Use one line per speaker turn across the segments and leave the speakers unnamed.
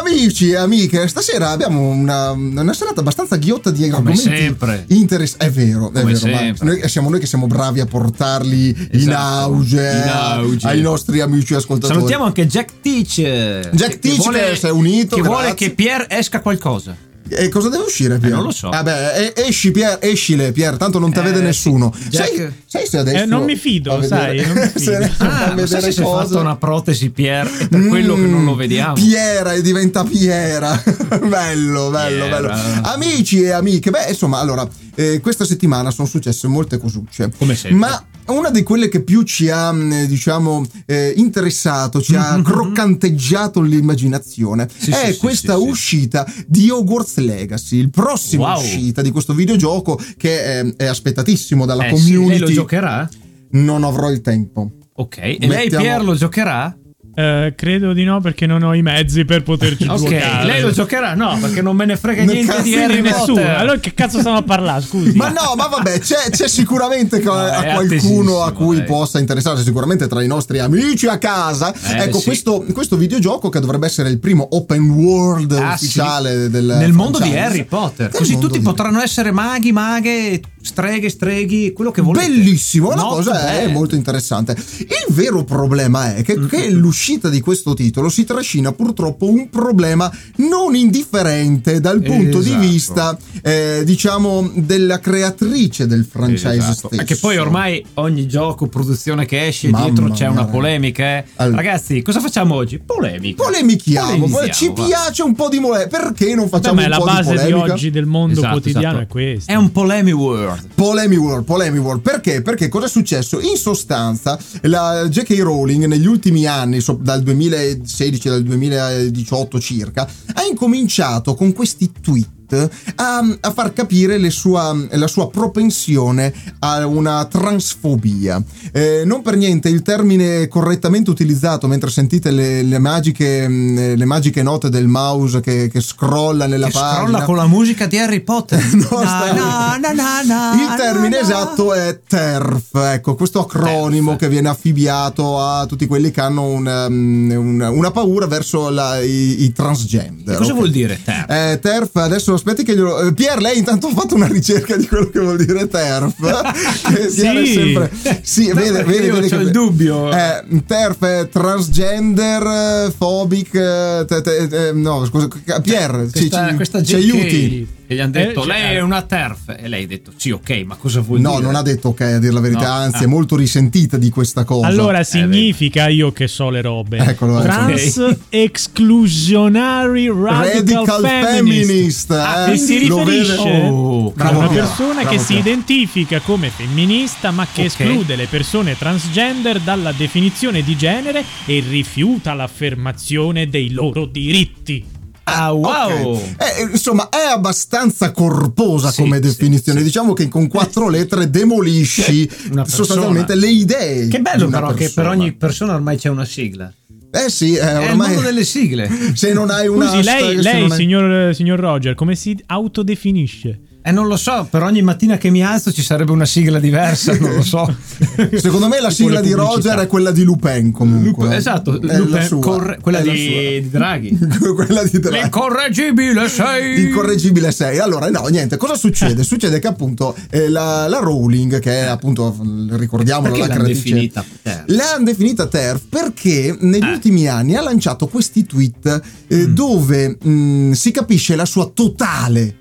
Amici e amiche, stasera abbiamo una, una serata abbastanza ghiotta di
Come
argomenti
sempre.
interessanti. È vero, è
Come
vero. ma
sempre.
noi- siamo noi che siamo bravi a portarli in,
Esatto,
auge, eh,
in auge.
ai nostri amici ascoltatori.
Salutiamo anche Jack Teach.
Jack
che
Teach
vuole-
che si è unito.
Che vuole
grazie.
che Pierre esca qualcosa.
Eh,
E cosa deve uscire, Pier?
Eh, non lo so.
Vabbè, e- esci, Pier, escile, Pier, tanto non te
Eh,
vede nessuno.
sì, Jack-
Sai, sai se adesso.
Eh, non mi fido,
fa vedere-
sai, non mi
se
fido.
adesso fa
Ah, ma sai
vedere Mm,
se si è
cose.
fatto una protesi Pierre è per quello che non lo vediamo.
Piera e diventa Piera. bello, bello,
Piera.
bello. Amici e amiche, beh, insomma, allora, eh, questa settimana sono successe molte cosucce.
Come sempre.
Ma una di quelle che più ci ha, mh, diciamo, eh, interessato, ci ha croccanteggiato l'immaginazione,
Sì,
è
sì, sì,
questa
sì, sì.
uscita di Hogwarts Legacy, il prossimo
Wow.
uscita di questo videogioco che è, è aspettatissimo dalla
Eh sì, lei
community.
lo giocherà?
non avrò il tempo.
Ok. E lei
Mettiamo-
Pierre lo giocherà?
Eh, credo di no perché non ho i mezzi per poterci
Ok.
giocare.
Lei lo giocherà? No, perché non me ne frega
Non
niente di
cazzo
Harry
Quindi nessuno.
Potter.
Allora che cazzo stiamo a parlare, scusi?
Ma no, ma vabbè, c'è, c'è sicuramente ca-
No, è
a
attesissimo,
qualcuno a cui
dai.
possa interessarsi, sicuramente tra i nostri amici a casa.
Eh,
ecco,
sì.
questo, questo videogioco che dovrebbe essere il primo open world
Ah, sì.
ufficiale del
Nel mondo di
franchise.
Harry Potter.
Nel
Così
mondo
tutti
di-
potranno essere maghi, maghe, streghe, streghi, quello che volete.
Bellissimo, la
Molto
cosa è
bello.
molto interessante. Il vero problema è che, che
Mm.
l'uscita di questo titolo si trascina purtroppo un problema non indifferente dal punto
Esatto.
di vista, eh, diciamo, della creatrice del franchise
Esatto.
stesso.
Eh, Che poi ormai ogni gioco, produzione che esce,
Mamma
dietro c'è
mia,
una
raga.
polemica. eh.
Allora.
Ragazzi, cosa facciamo oggi? Polemica.
polemichiamo,
Polemizziamo,
ci
va.
piace un po' di mole, perché non
Vabbè,
facciamo
ma è
un
la
po'
base
di
di,
polemica?
oggi del mondo
Esatto,
quotidiano
esatto.
è questa.
È un polemi world.
Polemi World, Polemi World, perché? Perché cosa è successo? In sostanza, la J.K. Rowling negli ultimi anni, so- dal 2016 dal 2018 circa, ha incominciato con questi tweet ehm, a, a far capire le sua- la sua propensione a una transfobia. Eh, non per niente il termine correttamente utilizzato mentre sentite le, le magiche, mh, le magiche note del mouse che, che scrolla nella
Che
pagina.
scrolla con la musica di Harry Potter.
No, sta-
Na, na, na, na, na,
Il termine
na, na.
esatto è TERF, ecco, questo acronimo
TERF.
che viene affibbiato a tutti quelli che hanno un, um, un- una paura verso la- i, i transgender.
Cosa
ok?
vuol dire terra?
Eh, TERF, adesso aspetti che glielo... eh, Pier, lei intanto ha fatto una ricerca di quello che vuol dire TERF. che
Sì.
Pier è sempre... Sì,
No,
vede,
perché
vede,
io
vede
c'ho
che-
il dubbio.
Eh, TERF è transgender, eh, phobic... eh, te- te- eh, no, scusa, Pier, ci,
questa,
ci-
questa
ci
GK
aiuti.
che gli hanno
Eh,
detto
cioè-
lei è una TERF e lei ha detto sì ok ma cosa vuol
No,
dire
non ha detto ok a dire la verità,
No.
anzi è
Ah.
molto risentita di questa cosa.
Allora
Eh,
significa io che so le robe.
Eccolo, ecco.
Trans Exclusionary Radical,
radical
Feminist.
feminist,
Ah,
eh,
che si
lo
riferisce
vede-
Oh,
a
bravo
una
Piero,
persona
bravo
che si
Piero.
identifica come femminista ma che
Ok.
esclude le persone transgender dalla definizione di genere e rifiuta l'affermazione dei loro diritti.
ah wow
Ok. Eh, insomma, è abbastanza corposa
Sì,
come
sì,
definizione.
sì.
Diciamo che con quattro lettere demolisci
Una persona.
sostanzialmente le idee.
che
di
bello
una
però che per
persona.
ogni persona ormai c'è una sigla
Eh sì, eh,
è il mondo
ormai.
delle sigle
Se non hai una.
Scusi, lei,
hashtag, se
lei,
non hai-
signor, signor Roger, come si autodefinisce?
e Eh, non lo so per ogni mattina che mi alzo ci sarebbe una sigla diversa non lo so
Secondo me la
Tipo le
sigla di
pubblicità.
Roger è quella di Lupin comunque. eh.
Lupe- esatto
È la
Lupe-
sua,
corre- quella
è la
di, di Draghi
sua. quella di Draghi.
l'incorreggibile sei
Incorreggibile 6. Allora, no, niente, cosa succede? succede che appunto eh, la, la Rowling, che è appunto, ricordiamolo, la
Perché l'hanno
creatrice-
definita TERF?
L'hanno definita TERF perché negli
Eh. Mm.
ultimi anni ha lanciato questi tweet eh, dove mh, si capisce la sua totale,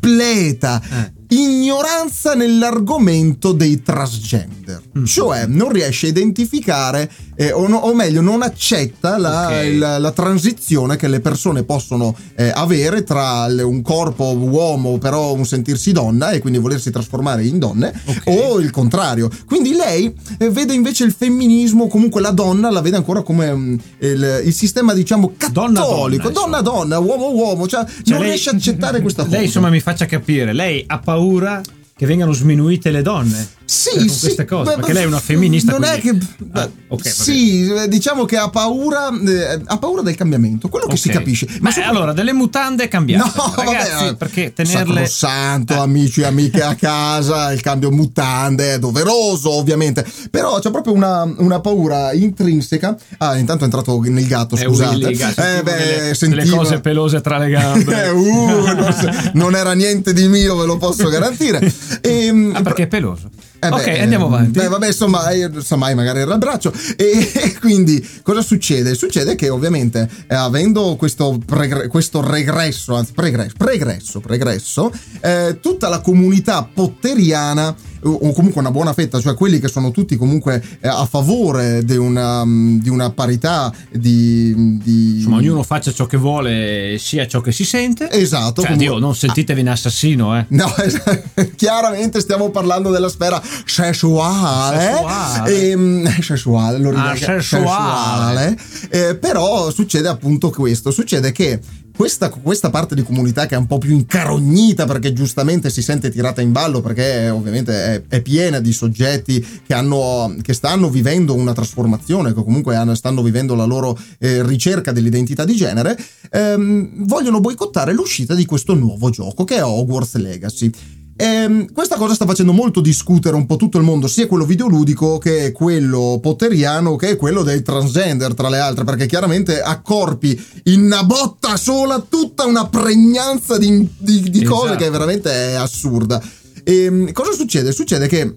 completa
Eh.
ignoranza nell'argomento dei transgender.
Mm.
Cioè, non riesce a identificare, eh, o, no- o meglio, non accetta la,
Ok.
il- eh, la transizione che le persone possono eh, avere tra le- un corpo uomo, però un sentirsi donna e quindi volersi trasformare in donne,
Ok.
o il contrario. Quindi lei eh, vede invece il femminismo, comunque la donna la vede ancora come mm, il, il sistema, diciamo,
Donna-donna,
cattolico,
insomma.
donna-donna, uomo-uomo, cioè, non
lei-
riesce a accettare questa cosa.
Lei insomma mi faccia capire, lei ha paura che vengano sminuite le donne. cioè,
Sì,
con
sì,
queste cose,
beh,
perché
beh,
lei è una femminista,
Non è che.
quindi-
beh,
Ah, ok, va
sì, eh, diciamo che ha paura, eh, ha paura del cambiamento, quello che si
Ok.
capisce.
Ma
sopra-
allora, delle mutande cambiate. ragazzi,
eh,
perché tenerle Eh.
sacrosanto, amici e amiche a casa, il cambio mutande è doveroso, ovviamente. Però c'è proprio una, una paura intrinseca. Ah, intanto è entrato nel gatto,
È
scusate.
Willy il gatto,
eh, beh,
delle, delle
sentivo-
cose pelose tra le gambe?
Eh, uh, non, se- non era niente di mio, ve lo posso garantire. Ehm,
Ah, perché è peloso.
eh beh,
ok, andiamo avanti.
Beh, vabbè, insomma, eh, insomma, eh, magari era il braccio. E, e quindi cosa succede? Succede che ovviamente eh, avendo questo, pregre- questo regresso, anzi pregresso, pregresso, pregresso, eh, tutta la comunità potteriana o o comunque una buona fetta, cioè quelli che sono tutti comunque eh, a favore di una, mm, di una parità di... di-
Insomma, ognuno faccia ciò che vuole e sia ciò che si sente.
Esatto,
Cioè,
comunque-
Dio, non sentitevi un assassino, eh.
No, chiaramente stiamo parlando della sfera sessuale.
Sessuale.
Ehm, sessuale, lo
Ah,
rilaga-
sessuale.
sessuale. Eh, però succede appunto questo, succede che questa, questa parte di comunità che è un po' più incarognita perché giustamente si sente tirata in ballo perché eh, ovviamente è, è piena di soggetti che, hanno, che stanno vivendo una trasformazione, che comunque hanno- stanno vivendo la loro eh, ricerca dell'identità di genere, ehm, vogliono boicottare l'uscita di questo nuovo gioco che è Hogwarts Legacy. Ehm, questa cosa sta facendo molto discutere un po' tutto il mondo, sia quello videoludico che quello potteriano che quello dei transgender, tra le altre, perché chiaramente accorpi in una botta sola tutta una pregnanza di, di- di cose
Esatto.
che veramente è assurda. Ehm, cosa succede? Succede che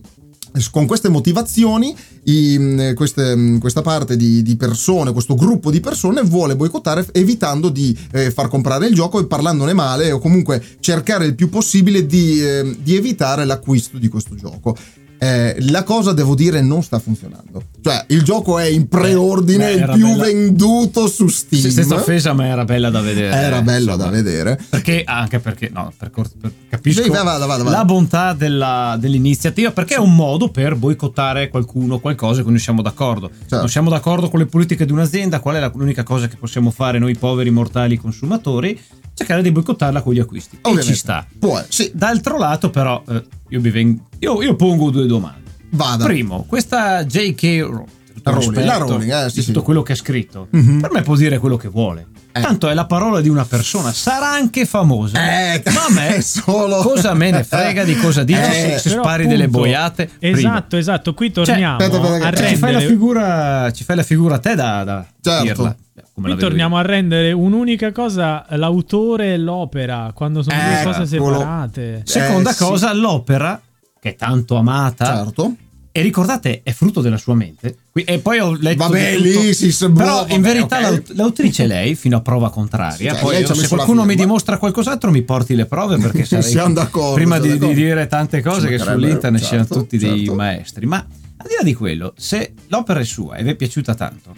con queste motivazioni i- mm, queste- questa parte di, di persone, questo gruppo di persone vuole boicottare evitando di eh, far comprare il gioco e parlandone male o comunque cercare il più possibile di, eh, di evitare l'acquisto di questo gioco. Eh, la cosa devo dire non sta funzionando. Cioè, il gioco è in preordine,
beh,
il
era
più
bella-
venduto su Steam.
Se- Senza offesa, ma era bella da vedere.
Era
eh,
bello
insomma.
da vedere.
Perché, anche perché, no, per cor- per- capisco
Sì, vai, vada, vada, vada.
la bontà della- dell'iniziativa, perché è un modo per boicottare qualcuno, qualcosa che non siamo d'accordo.
Certo.
Non siamo d'accordo con le politiche di un'azienda, qual è la- l'unica cosa che possiamo fare noi poveri mortali consumatori? Cercare di boicottarla con gli acquisti.
Ovviamente.
E ci sta.
Può, sì,
D'altro lato, però, eh, io, mi veng- io- io pongo due domande.
vada.
Primo, questa J.K. Rowling, tutto
Rowling,
rispetto
la Rowling, eh, sì,
di
sì.
tutto quello che ha scritto,
Mhm.
per me può dire quello che vuole.
Eh.
Tanto è la parola di una persona, sarà anche famosa.
Eh,
ma a me
è solo-
cosa me ne frega di cosa dice
Eh,
se, se
Però,
spari
appunto,
delle boiate? prima.
Esatto, esatto. Qui torniamo
aspetta, aspetta,
a
che-
Cioè, ci, fai la
rendere
figura, ci fai la figura a te da, da
Certo.
dirla. Come la
Qui
vedo
torniamo a rendere un'unica cosa l'autore e l'opera, quando sono due
Eccolo.
cose separate.
io. Seconda
Eh, sì.
cosa, l'opera, che è tanto amata,
Certo.
e ricordate, è frutto della sua mente. Qui- E poi ho letto.
Vabbè,
di tutto.
lì si sembrò-
Però
vabbè,
in verità
ok.
l'aut- l'autrice è lei, fino a prova contraria.
Cioè, lei
poi
ci ha
se
messo la
qualcuno mi
firma.
dimostra qualcos'altro, mi porti le prove perché sarei-
Siamo d'accordo,
Prima
siamo
di, di
d'accordo.
dire tante
Ci
cose che
mancherebbe,
sull'internet
certo,
siano tutti dei
certo.
maestri. Ma al di là di quello, se l'opera è sua e vi è piaciuta tanto,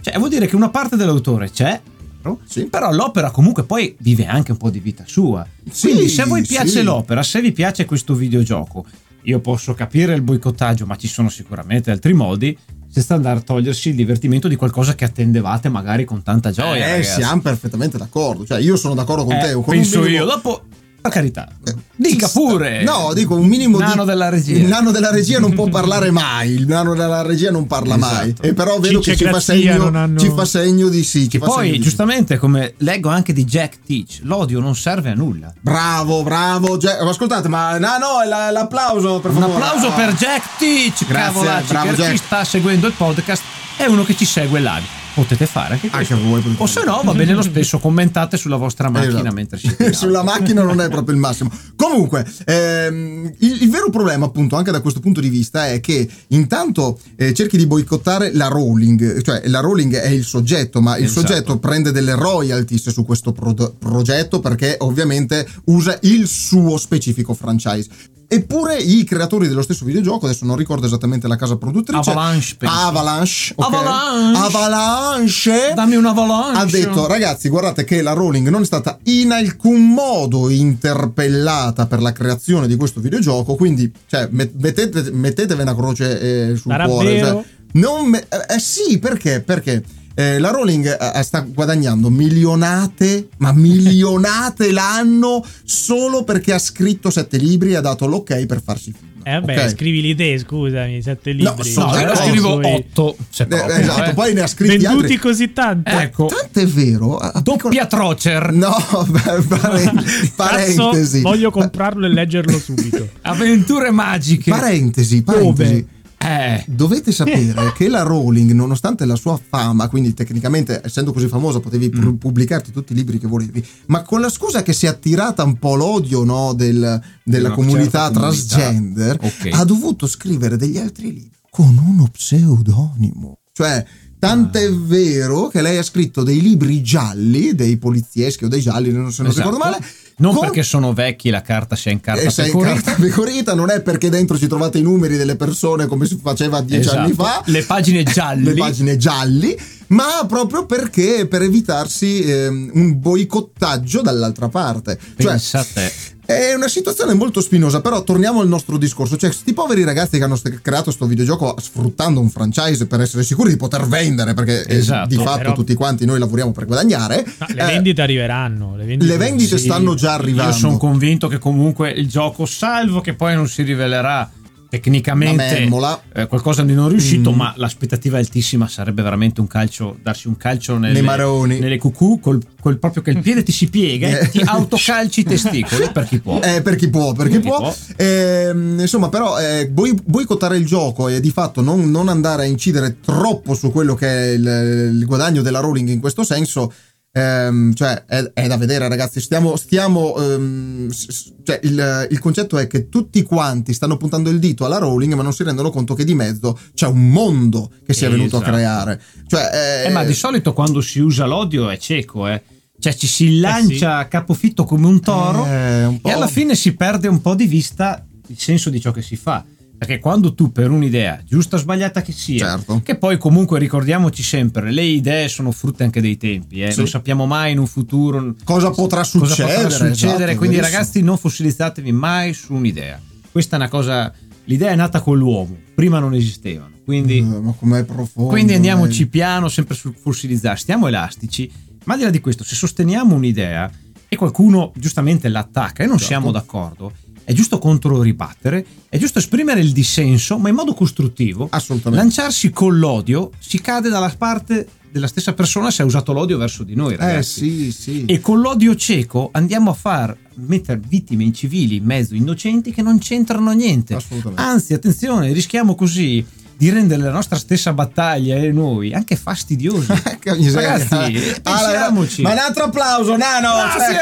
cioè vuol dire che una parte dell'autore c'è. vero?
Sì.
Però l'opera comunque poi vive anche un po' di vita sua.
Sì,
Quindi se a voi piace
sì.
l'opera, se vi piace questo videogioco, io posso capire il boicottaggio, ma ci sono sicuramente altri modi senza andare a togliersi il divertimento di qualcosa che attendevate magari con tanta gioia.
eh,
ragazzi.
siamo perfettamente d'accordo. Cioè, io sono d'accordo con
Eh,
te. Con un
penso
minimo-
io, dopo per carità,
Eh,
dica
ci sta.
pure.
No, dico un minimo
Nano
di-
della regia.
Il nano della regia non può parlare mai. Il nano della regia non parla
Esatto.
mai. E però vedo
Ciccia
che ci fa,
Grazia
segno,
non hanno-
ci fa segno di sì. Ci
Che
fa segno di
poi
sì.
giustamente come leggo anche di Jack Teach, l'odio non serve a nulla.
Bravo, bravo. Jack. Ma Ascoltate, ma no, no, la- l'applauso per
Un
favore.
applauso
Ah.
per Jack Teach,
Grazie,
cavolacci,
bravo
per
Jack.
chi sta seguendo il podcast è uno che ci segue live. Potete fare anche questo.
Anche voi potete
o se
fare.
no va bene lo stesso, commentate sulla vostra macchina
Esatto.
mentre siete in auto.
sulla macchina non è proprio il massimo comunque ehm, il, il vero problema appunto anche da questo punto di vista è che intanto eh, cerchi di boicottare la Rowling cioè la Rowling è il soggetto ma il
Esatto.
soggetto prende delle royalties su questo pro- progetto perché ovviamente usa il suo specifico franchise Eppure i creatori dello stesso videogioco, adesso non ricordo esattamente la casa produttrice,
Avalanche, penso.
Avalanche, ok?
Avalanche.
Avalanche,
Dammi una avalanche.
ha detto ragazzi guardate che la Rowling non è stata in alcun modo interpellata per la creazione di questo videogioco quindi cioè, met- mettete- mettetevi una croce eh, sul
Sarà
cuore
vero?
cioè, non me- eh, eh, sì perché perché eh, la Rowling eh, sta guadagnando milionate, ma milionate l'anno solo perché ha scritto sette libri e ha dato l'ok per farsi film.
Eh vabbè,
ok?
scrivi le idee, scusami, sette libri. Cioè,
sono
No,
d'accordo.
allora
d'accordo.
scrivo
Poi-
8. Se
Eh,
proprio,
eh, esatto,
eh.
poi ne ha scritti
Venduti
altri.
così tanto.
Ecco,
Tanto è vero. a- a piccola-
doppia trocer
No, pare-
Cazzo,
parentesi.
voglio comprarlo e leggerlo subito.
avventure magiche.
Parentesi, parentesi.
Eh,
Dovete sapere che la Rowling, nonostante la sua fama, quindi tecnicamente essendo così famosa potevi
Mm.
pu- pubblicarti tutti i libri che volevi, ma con la scusa che si è attirata un po' l'odio no, del- della
una
comunità
certa comunità.
transgender,
Ok.
ha dovuto scrivere degli altri libri con uno pseudonimo. Cioè, tant'è
Ah.
vero che lei ha scritto dei libri gialli, dei polizieschi o dei gialli, non se non
Esatto.
ricordo male.
non
con-
perché sono vecchi la carta si è in carta
e se è in
pecorita.
Eh, carta pecorita non è perché dentro ci trovate i numeri delle persone come si faceva dieci
Esatto.
anni fa
Le pagine
le
gialle.
pagine gialli, ma proprio perché per evitarsi ehm, un boicottaggio dall'altra parte. Cioè,
Pensa a te.
è una situazione molto spinosa, però torniamo al nostro discorso. Cioè, sti poveri ragazzi che hanno st- creato questo videogioco sfruttando un franchise per essere sicuri di poter vendere, perché eh,
Esatto,
di fatto
però-
tutti quanti noi lavoriamo per guadagnare.
No, le
eh,
vendite arriveranno. Le vendite,
le vendite stanno già
Io
arrivando.
sono convinto che comunque il gioco, salvo che poi non si rivelerà
Una
tecnicamente
memmola.
eh, qualcosa di non riuscito,
Mm.
ma l'aspettativa è altissima. Sarebbe veramente un calcio, darsi un calcio nelle,
Nei maroni.
nelle cucù col, col proprio che il piede ti si piega
Eh.
e ti autocalci i testicoli per chi può.
Eh, per chi può, per chi può. Ehm, insomma, però, eh, boi- boicottare il gioco e di fatto non, non andare a incidere troppo su quello che è il, il guadagno della Rowling in questo senso. ehm, cioè, è, è da vedere, ragazzi. Stiamo. stiamo ehm, s- s- cioè, il, il concetto è che tutti quanti stanno puntando il dito alla Rowling, ma non si rendono conto che di mezzo c'è un mondo che si è venuto a
Esatto.
creare. Cioè,
Eh, ma di solito quando si usa l'odio è cieco, eh. Cioè ci si
sì.
lancia a capofitto come un toro
eh, un po'.
e alla fine si perde un po' di vista il senso di ciò che si fa. Perché quando tu per un'idea, giusta o sbagliata che sia,
Certo.
che poi comunque ricordiamoci sempre, le idee sono frutte anche dei tempi, eh.
Sì.
non sappiamo mai in un futuro
Cosa potrà
cosa
succedere?
potrà succedere,
esatto,
quindi
verissimo.
ragazzi non fossilizzatevi mai su un'idea. Questa è una cosa, l'idea è nata con l'uomo, prima non esistevano, quindi...
Eh, ma com'è profondo.
Quindi andiamoci
eh.
piano, sempre sul fossilizzare, stiamo elastici, ma al di là di questo, se sosteniamo un'idea e qualcuno giustamente l'attacca e non
Certo.
siamo d'accordo, è giusto controribattere, è giusto esprimere il dissenso, ma in modo costruttivo.
Assolutamente.
Lanciarsi con l'odio si cade dalla parte della stessa persona se ha usato l'odio verso di noi,
eh
ragazzi.
sì, sì.
E con l'odio cieco andiamo a far mettere vittime incivili in mezzo innocenti che non c'entrano niente.
Assolutamente.
Anzi, attenzione, rischiamo così di rendere la nostra stessa battaglia e noi anche fastidiosi.
Eh, Che miseria.
Ragazzi,
Ah, la-
pensiamoci.
ma un altro applauso, Nano!
Grazie!
cioè,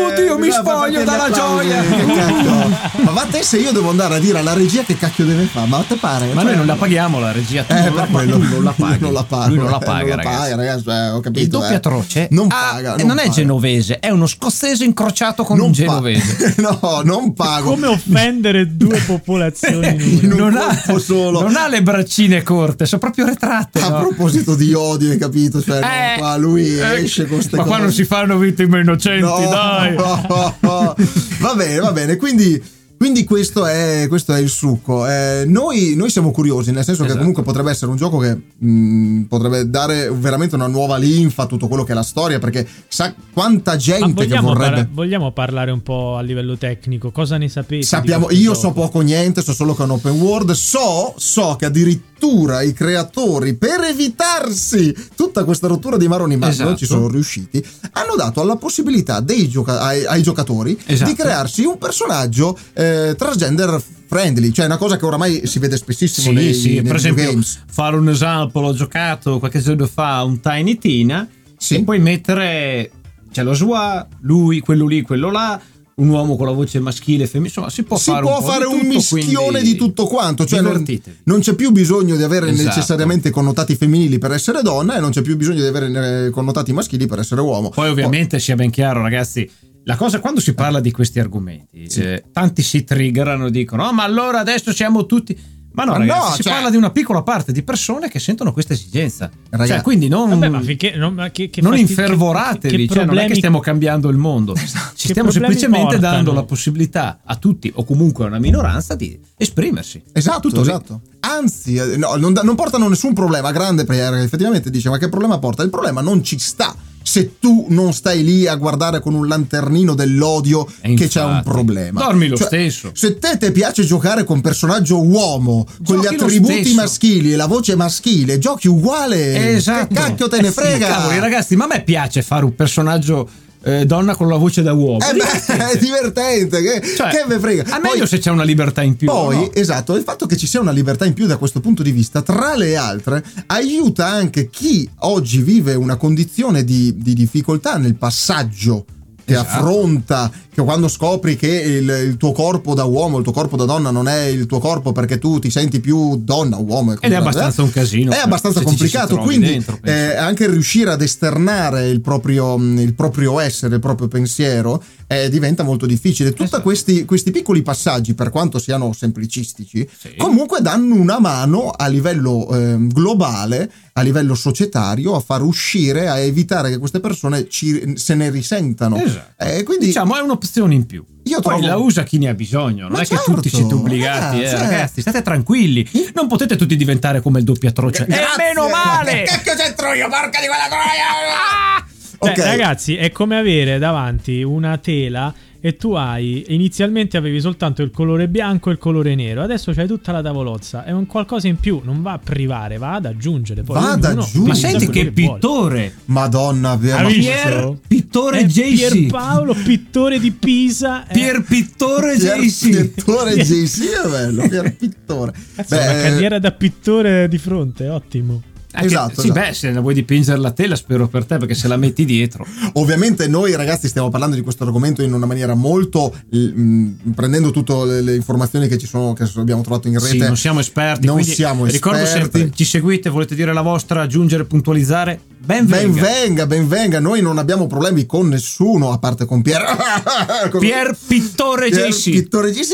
qua, eh,
Oddio, mi
bisogna far
spoglio
partire gli
dalla
applausi, Certo.
gioia.
che cacchio. ma va te se io devo andare a dire alla regia che cacchio deve fare, ma a te pare?
Ma
Cioè,
noi non la paghiamo la regia, tu
eh,
non,
per
la pa-
quello.
lui non la paghi.
non la paga,
Lui non la
eh,
paga, ragazzi.
eh, ho capito.
Il doppio
eh.
atroce
non
ah,
paga.
e non, è
paga.
genovese, è uno scozzese incrociato con
Non
un
pa-
genovese.
no, non pago.
Come offendere due popolazioni
In
in una?
un
non, ha,
colpo solo.
non ha le braccine corte, sono proprio retratte.
A
no?
proposito di odio, hai capito? Cioè, no,
Eh,
qua lui
eh,
esce con queste
Ma
cose.
qua non si fanno vittime innocenti,
No,
dai.
no, no. Va bene, va bene. Quindi, quindi questo, è, questo è il succo. Eh, noi, noi siamo curiosi, nel senso che
Esatto.
comunque potrebbe essere un gioco che mh, potrebbe dare veramente una nuova linfa a tutto quello che è la storia, perché sa quanta
Ma
gente che
vogliamo,
vorrebbe...
par- vogliamo parlare un po' a livello tecnico? Cosa ne sapete? di
Sappiamo,
questo
io
gioco?
so poco o niente, so solo che è un open world, so, so che addirittura i creatori, per evitarsi tutta questa rottura di maroni, ma non
Esatto.
ci sono riusciti, hanno dato alla possibilità dei gioca- ai, ai giocatori
Esatto.
di crearsi un personaggio eh, transgender friendly, cioè una cosa che oramai si vede spessissimo
Sì,
nei,
sì,
nei
per esempio,
videogames.
fare un esempio, l'ho giocato qualche giorno fa un Tiny Tina
Sì.
e poi mettere c'è lo Swa, lui, quello lì, quello là, un uomo con la voce maschile e femminile, insomma, si può
si
fare
può
un, po'
fare
di
un
tutto,
mischione
quindi
di tutto quanto, cioè non,
divertitevi.
non c'è più bisogno di avere
Esatto.
necessariamente connotati femminili per essere donna e non c'è più bisogno di avere eh, connotati maschili per essere uomo.
Poi ovviamente sia ben chiaro, ragazzi, la cosa quando si parla di questi argomenti, eh, tanti si triggerano e dicono "Oh, ma allora adesso siamo tutti" ma no,
Ma
ragazzi,
no,
si
cioè-
parla di una piccola parte di persone che sentono questa esigenza.
Ragazzi-
Cioè, quindi non
Vabbè, ma finché, no, ma che, che
non
fasti-
infervoratevi,
che- che
cioè non è
problemi- Esatto.
che stiamo cambiando il mondo, ci
Che
stiamo
problemi
semplicemente
portano?
dando la possibilità a tutti o comunque a una minoranza di esprimersi.
Esatto,
Tutto lì.
esatto. Anzi, eh, no, non, da- non portano nessun problema grande perché effettivamente dice ma che problema porta? Il problema non ci sta. se tu non stai lì a guardare con un lanternino dell'odio
E
che c'è un
infatti,
problema.
dormi lo
Cioè,
stesso.
Se te ti piace giocare con personaggio uomo, con
Giochi
gli
lo
attributi
stesso.
maschili e la voce maschile, giochi uguale.
Esatto.
Eh, Che cacchio te ne
Eh sì,
frega?
ma cavoli, ragazzi, ma a me piace fare un personaggio eh, donna con la voce da uomo.
Eh beh, è divertente, che,
Cioè,
che me frega.
A
Poi-
meglio se c'è una libertà in più.
Poi,
no?
esatto, il fatto che ci sia una libertà in più da questo punto di vista, tra le altre, aiuta anche chi oggi vive una condizione di, di difficoltà nel passaggio che
Esatto.
affronta, che quando scopri che il, il tuo corpo da uomo, il tuo corpo da donna non è il tuo corpo perché tu ti senti più donna, uomo. e
Ed è
così via.
abbastanza un casino.
È abbastanza
se ci si
complicato,
trovi
quindi
dentro, penso.
eh, anche riuscire ad esternare il proprio, mh, il proprio essere, il proprio pensiero, eh, diventa molto difficile. Tutti
Esatto.
questi, questi piccoli passaggi, per quanto siano semplicistici,
Sì.
comunque danno una mano a livello ehm, globale, a livello societario, a far uscire, a evitare che queste persone ci- se ne risentano.
Esatto.
Eh, quindi
Diciamo, è un'opzione in più.
Io
Poi
trovo-
la usa chi ne ha bisogno, non
Ma
è
certo,
che tutti siete obbligati, eh,
ragazzi, eh.
ragazzi, state tranquilli, non potete tutti diventare come il doppiatroce. E
Grazie.
meno male!
Che
Ah!
cacchio c'entro io, porca di quella troia!
Cioè,
Ok.
ragazzi, è come avere davanti una tela e tu hai inizialmente avevi soltanto il colore bianco e il colore nero, adesso c'hai tutta la tavolozza, è un qualcosa in più, non va a privare, va ad aggiungere poi.
Va ad
ognuno
aggiungere.
Ma
Lui
usa
senti
quello
che
vuole.
pittore!
Madonna, vero?
Amici,
Pier
Visto?
Pittore
È
JC!
Pierpaolo, pittore di Pisa. eh.
Eh.
è-
Pier Pittore JC!
Pittore JC è bello, Pier Pittore.
Cazzo, una carriera da pittore di fronte, ottimo.
Anche-
Esatto,
sì,
esatto.
beh, se la vuoi dipingere la tela, spero per te, perché se la metti dietro.
Ovviamente noi ragazzi stiamo parlando di questo argomento in una maniera molto l- mh, prendendo tutte le, le informazioni che ci sono che abbiamo trovato in rete.
Sì, non siamo esperti.
Non
quindi
siamo
Ricordo se
esperti.
ci seguite, volete dire la vostra, aggiungere, puntualizzare. Ben
Ben
venga.
venga, ben venga, noi non abbiamo problemi con nessuno a parte con Pier con-
Pier Pittore
Pier
JC.
Pittore JC.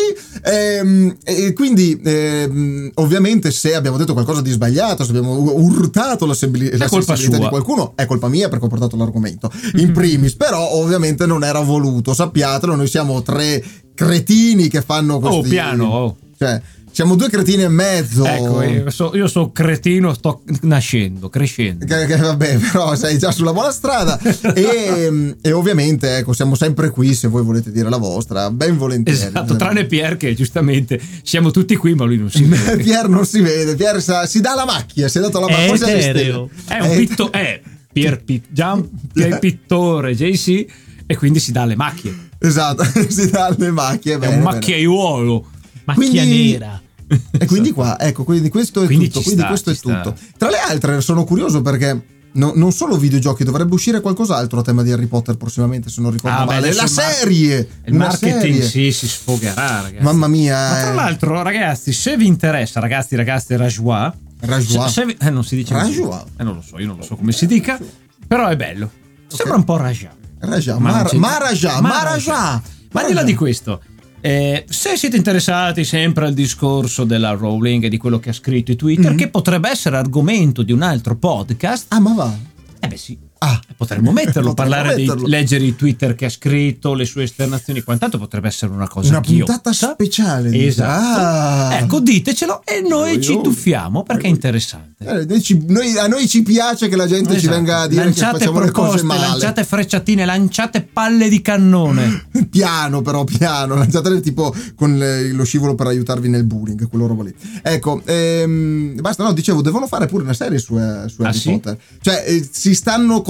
Ehm, e quindi, ehm, ovviamente, se abbiamo detto qualcosa di sbagliato, se abbiamo u- urtato la, sembili- la sensibilità
colpa
di
sua. Mm-hmm.
qualcuno, è colpa mia perché ho portato l'argomento. In primis, però, ovviamente non era voluto, sappiatelo, noi siamo tre cretini che fanno
Oh,
questi...
piano. oh.
Cioè, siamo due cretini e mezzo.
Ecco, io sono cretino, sto nascendo, crescendo.
Che- che vabbè, però sei già sulla buona strada. e, e ovviamente, ecco, siamo sempre qui se voi volete dire la vostra, ben volentieri.
Esatto, tranne Pier che giustamente siamo tutti qui, ma lui non si
Eh,
vede.
Pier non si vede, Pier sa- si dà la macchia, si è dato la
È
macchia. forse alle
etereo.
stelle.
È un
Eh,
pitto, è Pier Pit- Gian- Pier Pittore JC e quindi si dà le macchie.
Esatto, si dà le macchie.
È
bene,
un
bene.
macchiaiuolo.
Macchia
Quindi-
nera.
E quindi qua, ecco, quindi questo è
Quindi
tutto.
ci
Quindi
sta,
questo è
ci sta.
tutto. Tra le altre sono curioso perché... no- non solo videogiochi, dovrebbe uscire qualcos'altro a tema di Harry Potter prossimamente, se non ricordo
Ah, beh,
male.
adesso
La
il mar-
serie!
Il
una
marketing
serie.
sì, si sfogherà, ragazzi.
Mamma mia.
Ma tra
eh.
l'altro, ragazzi, se vi interessa, ragazzi, ragazze, Rajwa.
Rajwa.
se- se vi- eh, non si dice
Rajwa.
così. Eh, non lo so, io non lo so come si dica, però è bello. Sembra un po' Rajwa.
Raja,
Ma non
Mar-
c'entra.
Maraja,
Ma
Maraja.
Ma al di là di questo, eh, se siete interessati sempre al discorso della Rowling e di quello che ha scritto in Twitter, che potrebbe essere argomento di un altro podcast,
Ah, ma va.
eh beh sì.
Ah,
Potremmo
Potremmo
metterlo, parlare di
metterlo.
leggere i Twitter che ha scritto, le sue esternazioni e quant'altro potrebbe essere una cosa
Una
ghiotta.
puntata speciale, dici?
Esatto.
Ah.
Ecco, ditecelo e noi
Oi,
ci
oi.
tuffiamo perché è interessante.
Eh, noi ci- noi- a noi ci piace che la gente ci
Esatto.
venga a dire che
lanciate
facciamo le
proposte,
cose male.
lanciate frecciatine, lanciate palle di cannone.
Piano, però, piano. Lanciatele tipo con le- lo scivolo per aiutarvi nel bullying, quello roba lì. Ecco, ehm, basta. No, dicevo, devono fare pure una serie su, eh, su
Ah,
Harry
sì?
Potter. Cioè, eh, si stanno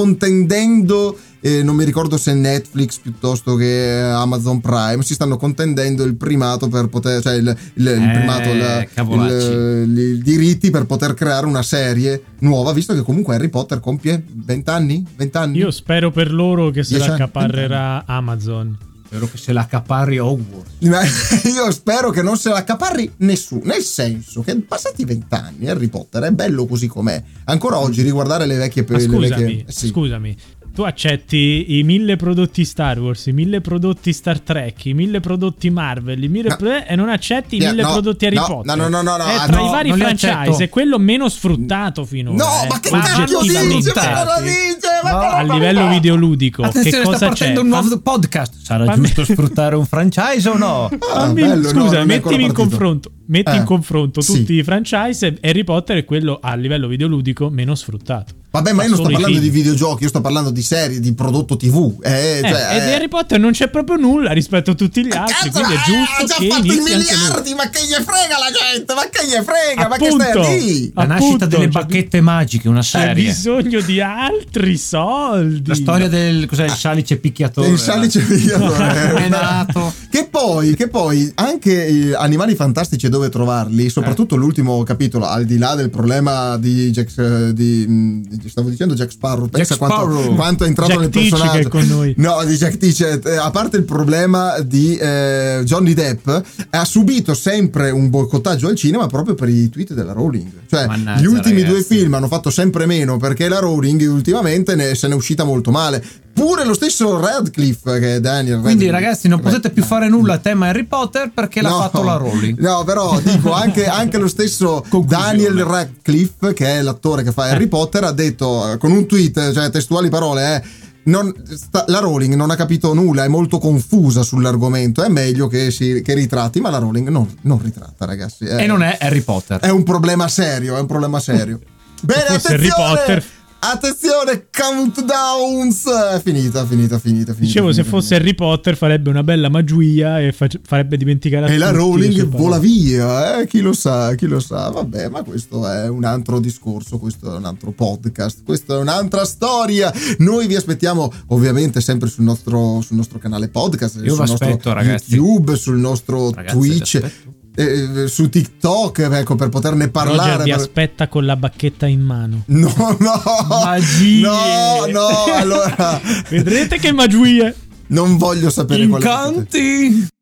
contendendo. eh, non mi ricordo se Netflix piuttosto che Amazon Prime si stanno contendendo il primato per poter, cioè il, il- il
Eh,
primato, la-
cavolacci.
il- il- i diritti per poter creare una serie nuova, visto che comunque Harry Potter compie 20 anni? 20 anni?
Io spero per loro che se
Dieci
la
anni.
accaparrerà Amazon.
Spero che se la accaparri Hogwarts.
Ma Io spero che non se la accaparri nessuno, nel senso che passati vent'anni Harry Potter è bello così com'è. Ancora oggi riguardare le vecchie...
Ma
le
scusami,
vecchie- sì.
scusami. Tu accetti i mille prodotti Star Wars, i mille prodotti Star Trek, i mille prodotti Marvel, i mille
No.
pro- e non accetti i
Eh,
mille
no,
prodotti Harry
no,
Potter.
no, no, no, no,
Eh,
ah,
tra
no,
i vari
non li
franchise
accetto.
è quello meno sfruttato finora.
No,
eh,
ma che cacchio dice?
oggettivamente.
Ma lo dice?
a livello videoludico,
Attenzione,
che
sta
cosa c'è?
partendo un nuovo podcast. Sarà
Fammi-
giusto sfruttare un franchise o no?
Ah,
Fammi-
bello, no, non è
scusa,
ancora
mettimi in
partito.
confronto, metti
Eh,
in confronto
sì.
tutti i franchise. Harry Potter è quello a livello videoludico meno sfruttato.
Vabbè, ma io non sto
Solo i
parlando di
film.
videogiochi, io sto parlando di serie, di prodotto TV. Eh, cioè,
Eh, e di
eh. Ah,
Harry Potter non c'è proprio nulla rispetto a tutti gli
Cazzo,
altri. quindi è
ma ha
giusto
già
che
fatto i
inizi anche lui.
miliardi, ma che gli frega la gente? Ma che gli frega? ma che
Appunto.
stai lì?
La nascita
Appunto,
delle
cioè,
bacchette magiche, una
Cioè,
C'è
serie.
bisogno di altri soldi.
La storia del cos'è, il salice picchiatore.
Il salice
ναι.
migliore.
È nato.
Che poi, che poi anche eh, Animali Fantastici e dove trovarli, soprattutto l'ultimo capitolo, al di là del problema di Jack, eh, di, mh, stavo dicendo Jack Sparrow, pensa Quanto,
Sparrow.
quanto è entrato
Jack
nel
Teach
personaggio.
che è con noi.
No, di Jack Teach, eh, a parte il problema di eh, Johnny Depp, ha subito sempre un boicottaggio al cinema proprio per i tweet della Rowling. Cioè,
Mannaggia,
gli ultimi
ragazzi.
due film hanno fatto sempre meno perché la Rowling ultimamente ne- se n'è uscita molto male. Pure lo stesso Radcliffe che è Daniel
Quindi
Radcliffe.
ragazzi non
Beh,
potete più fare nulla a tema Harry Potter perché l'ha
no.
fatto la Rowling.
No, però dico anche, anche lo stesso Daniel Radcliffe, che è l'attore che fa
Eh.
Harry Potter, ha detto eh, con un tweet, cioè testuali parole, eh, non- sta- la Rowling non ha capito nulla, è molto confusa sull'argomento. È meglio che, si, che ritratti, ma la Rowling non, non ritratta, ragazzi.
E non è Harry Potter.
È un problema serio, è un problema serio. Bene,
fosse Harry
attenzione!
Potter.
Attenzione, countdowns! È finita, finita, finita, finita.
Dicevo, se
finita,
fosse
finita.
Harry Potter farebbe una bella magia e fac- farebbe dimenticare a
E la
tutti le sue
Rowling
parole.
vola via, eh? chi lo sa, chi lo sa. Vabbè, ma questo è un altro discorso, questo è un altro podcast, questa è un'altra storia. Noi vi aspettiamo ovviamente sempre sul nostro, sul nostro canale podcast,
Io
sul
vi
nostro
aspetto, ragazzi.
YouTube, sul nostro
Ragazzi, vi
Twitch.
aspetto.
eh, su TikTok, ecco, per poterne
Roger
parlare.
vi
per-
aspetta con la bacchetta in mano.
No, no,
Magie.
no, no. Allora,
Vedrete che magie!
non voglio sapere quale.
Incanti.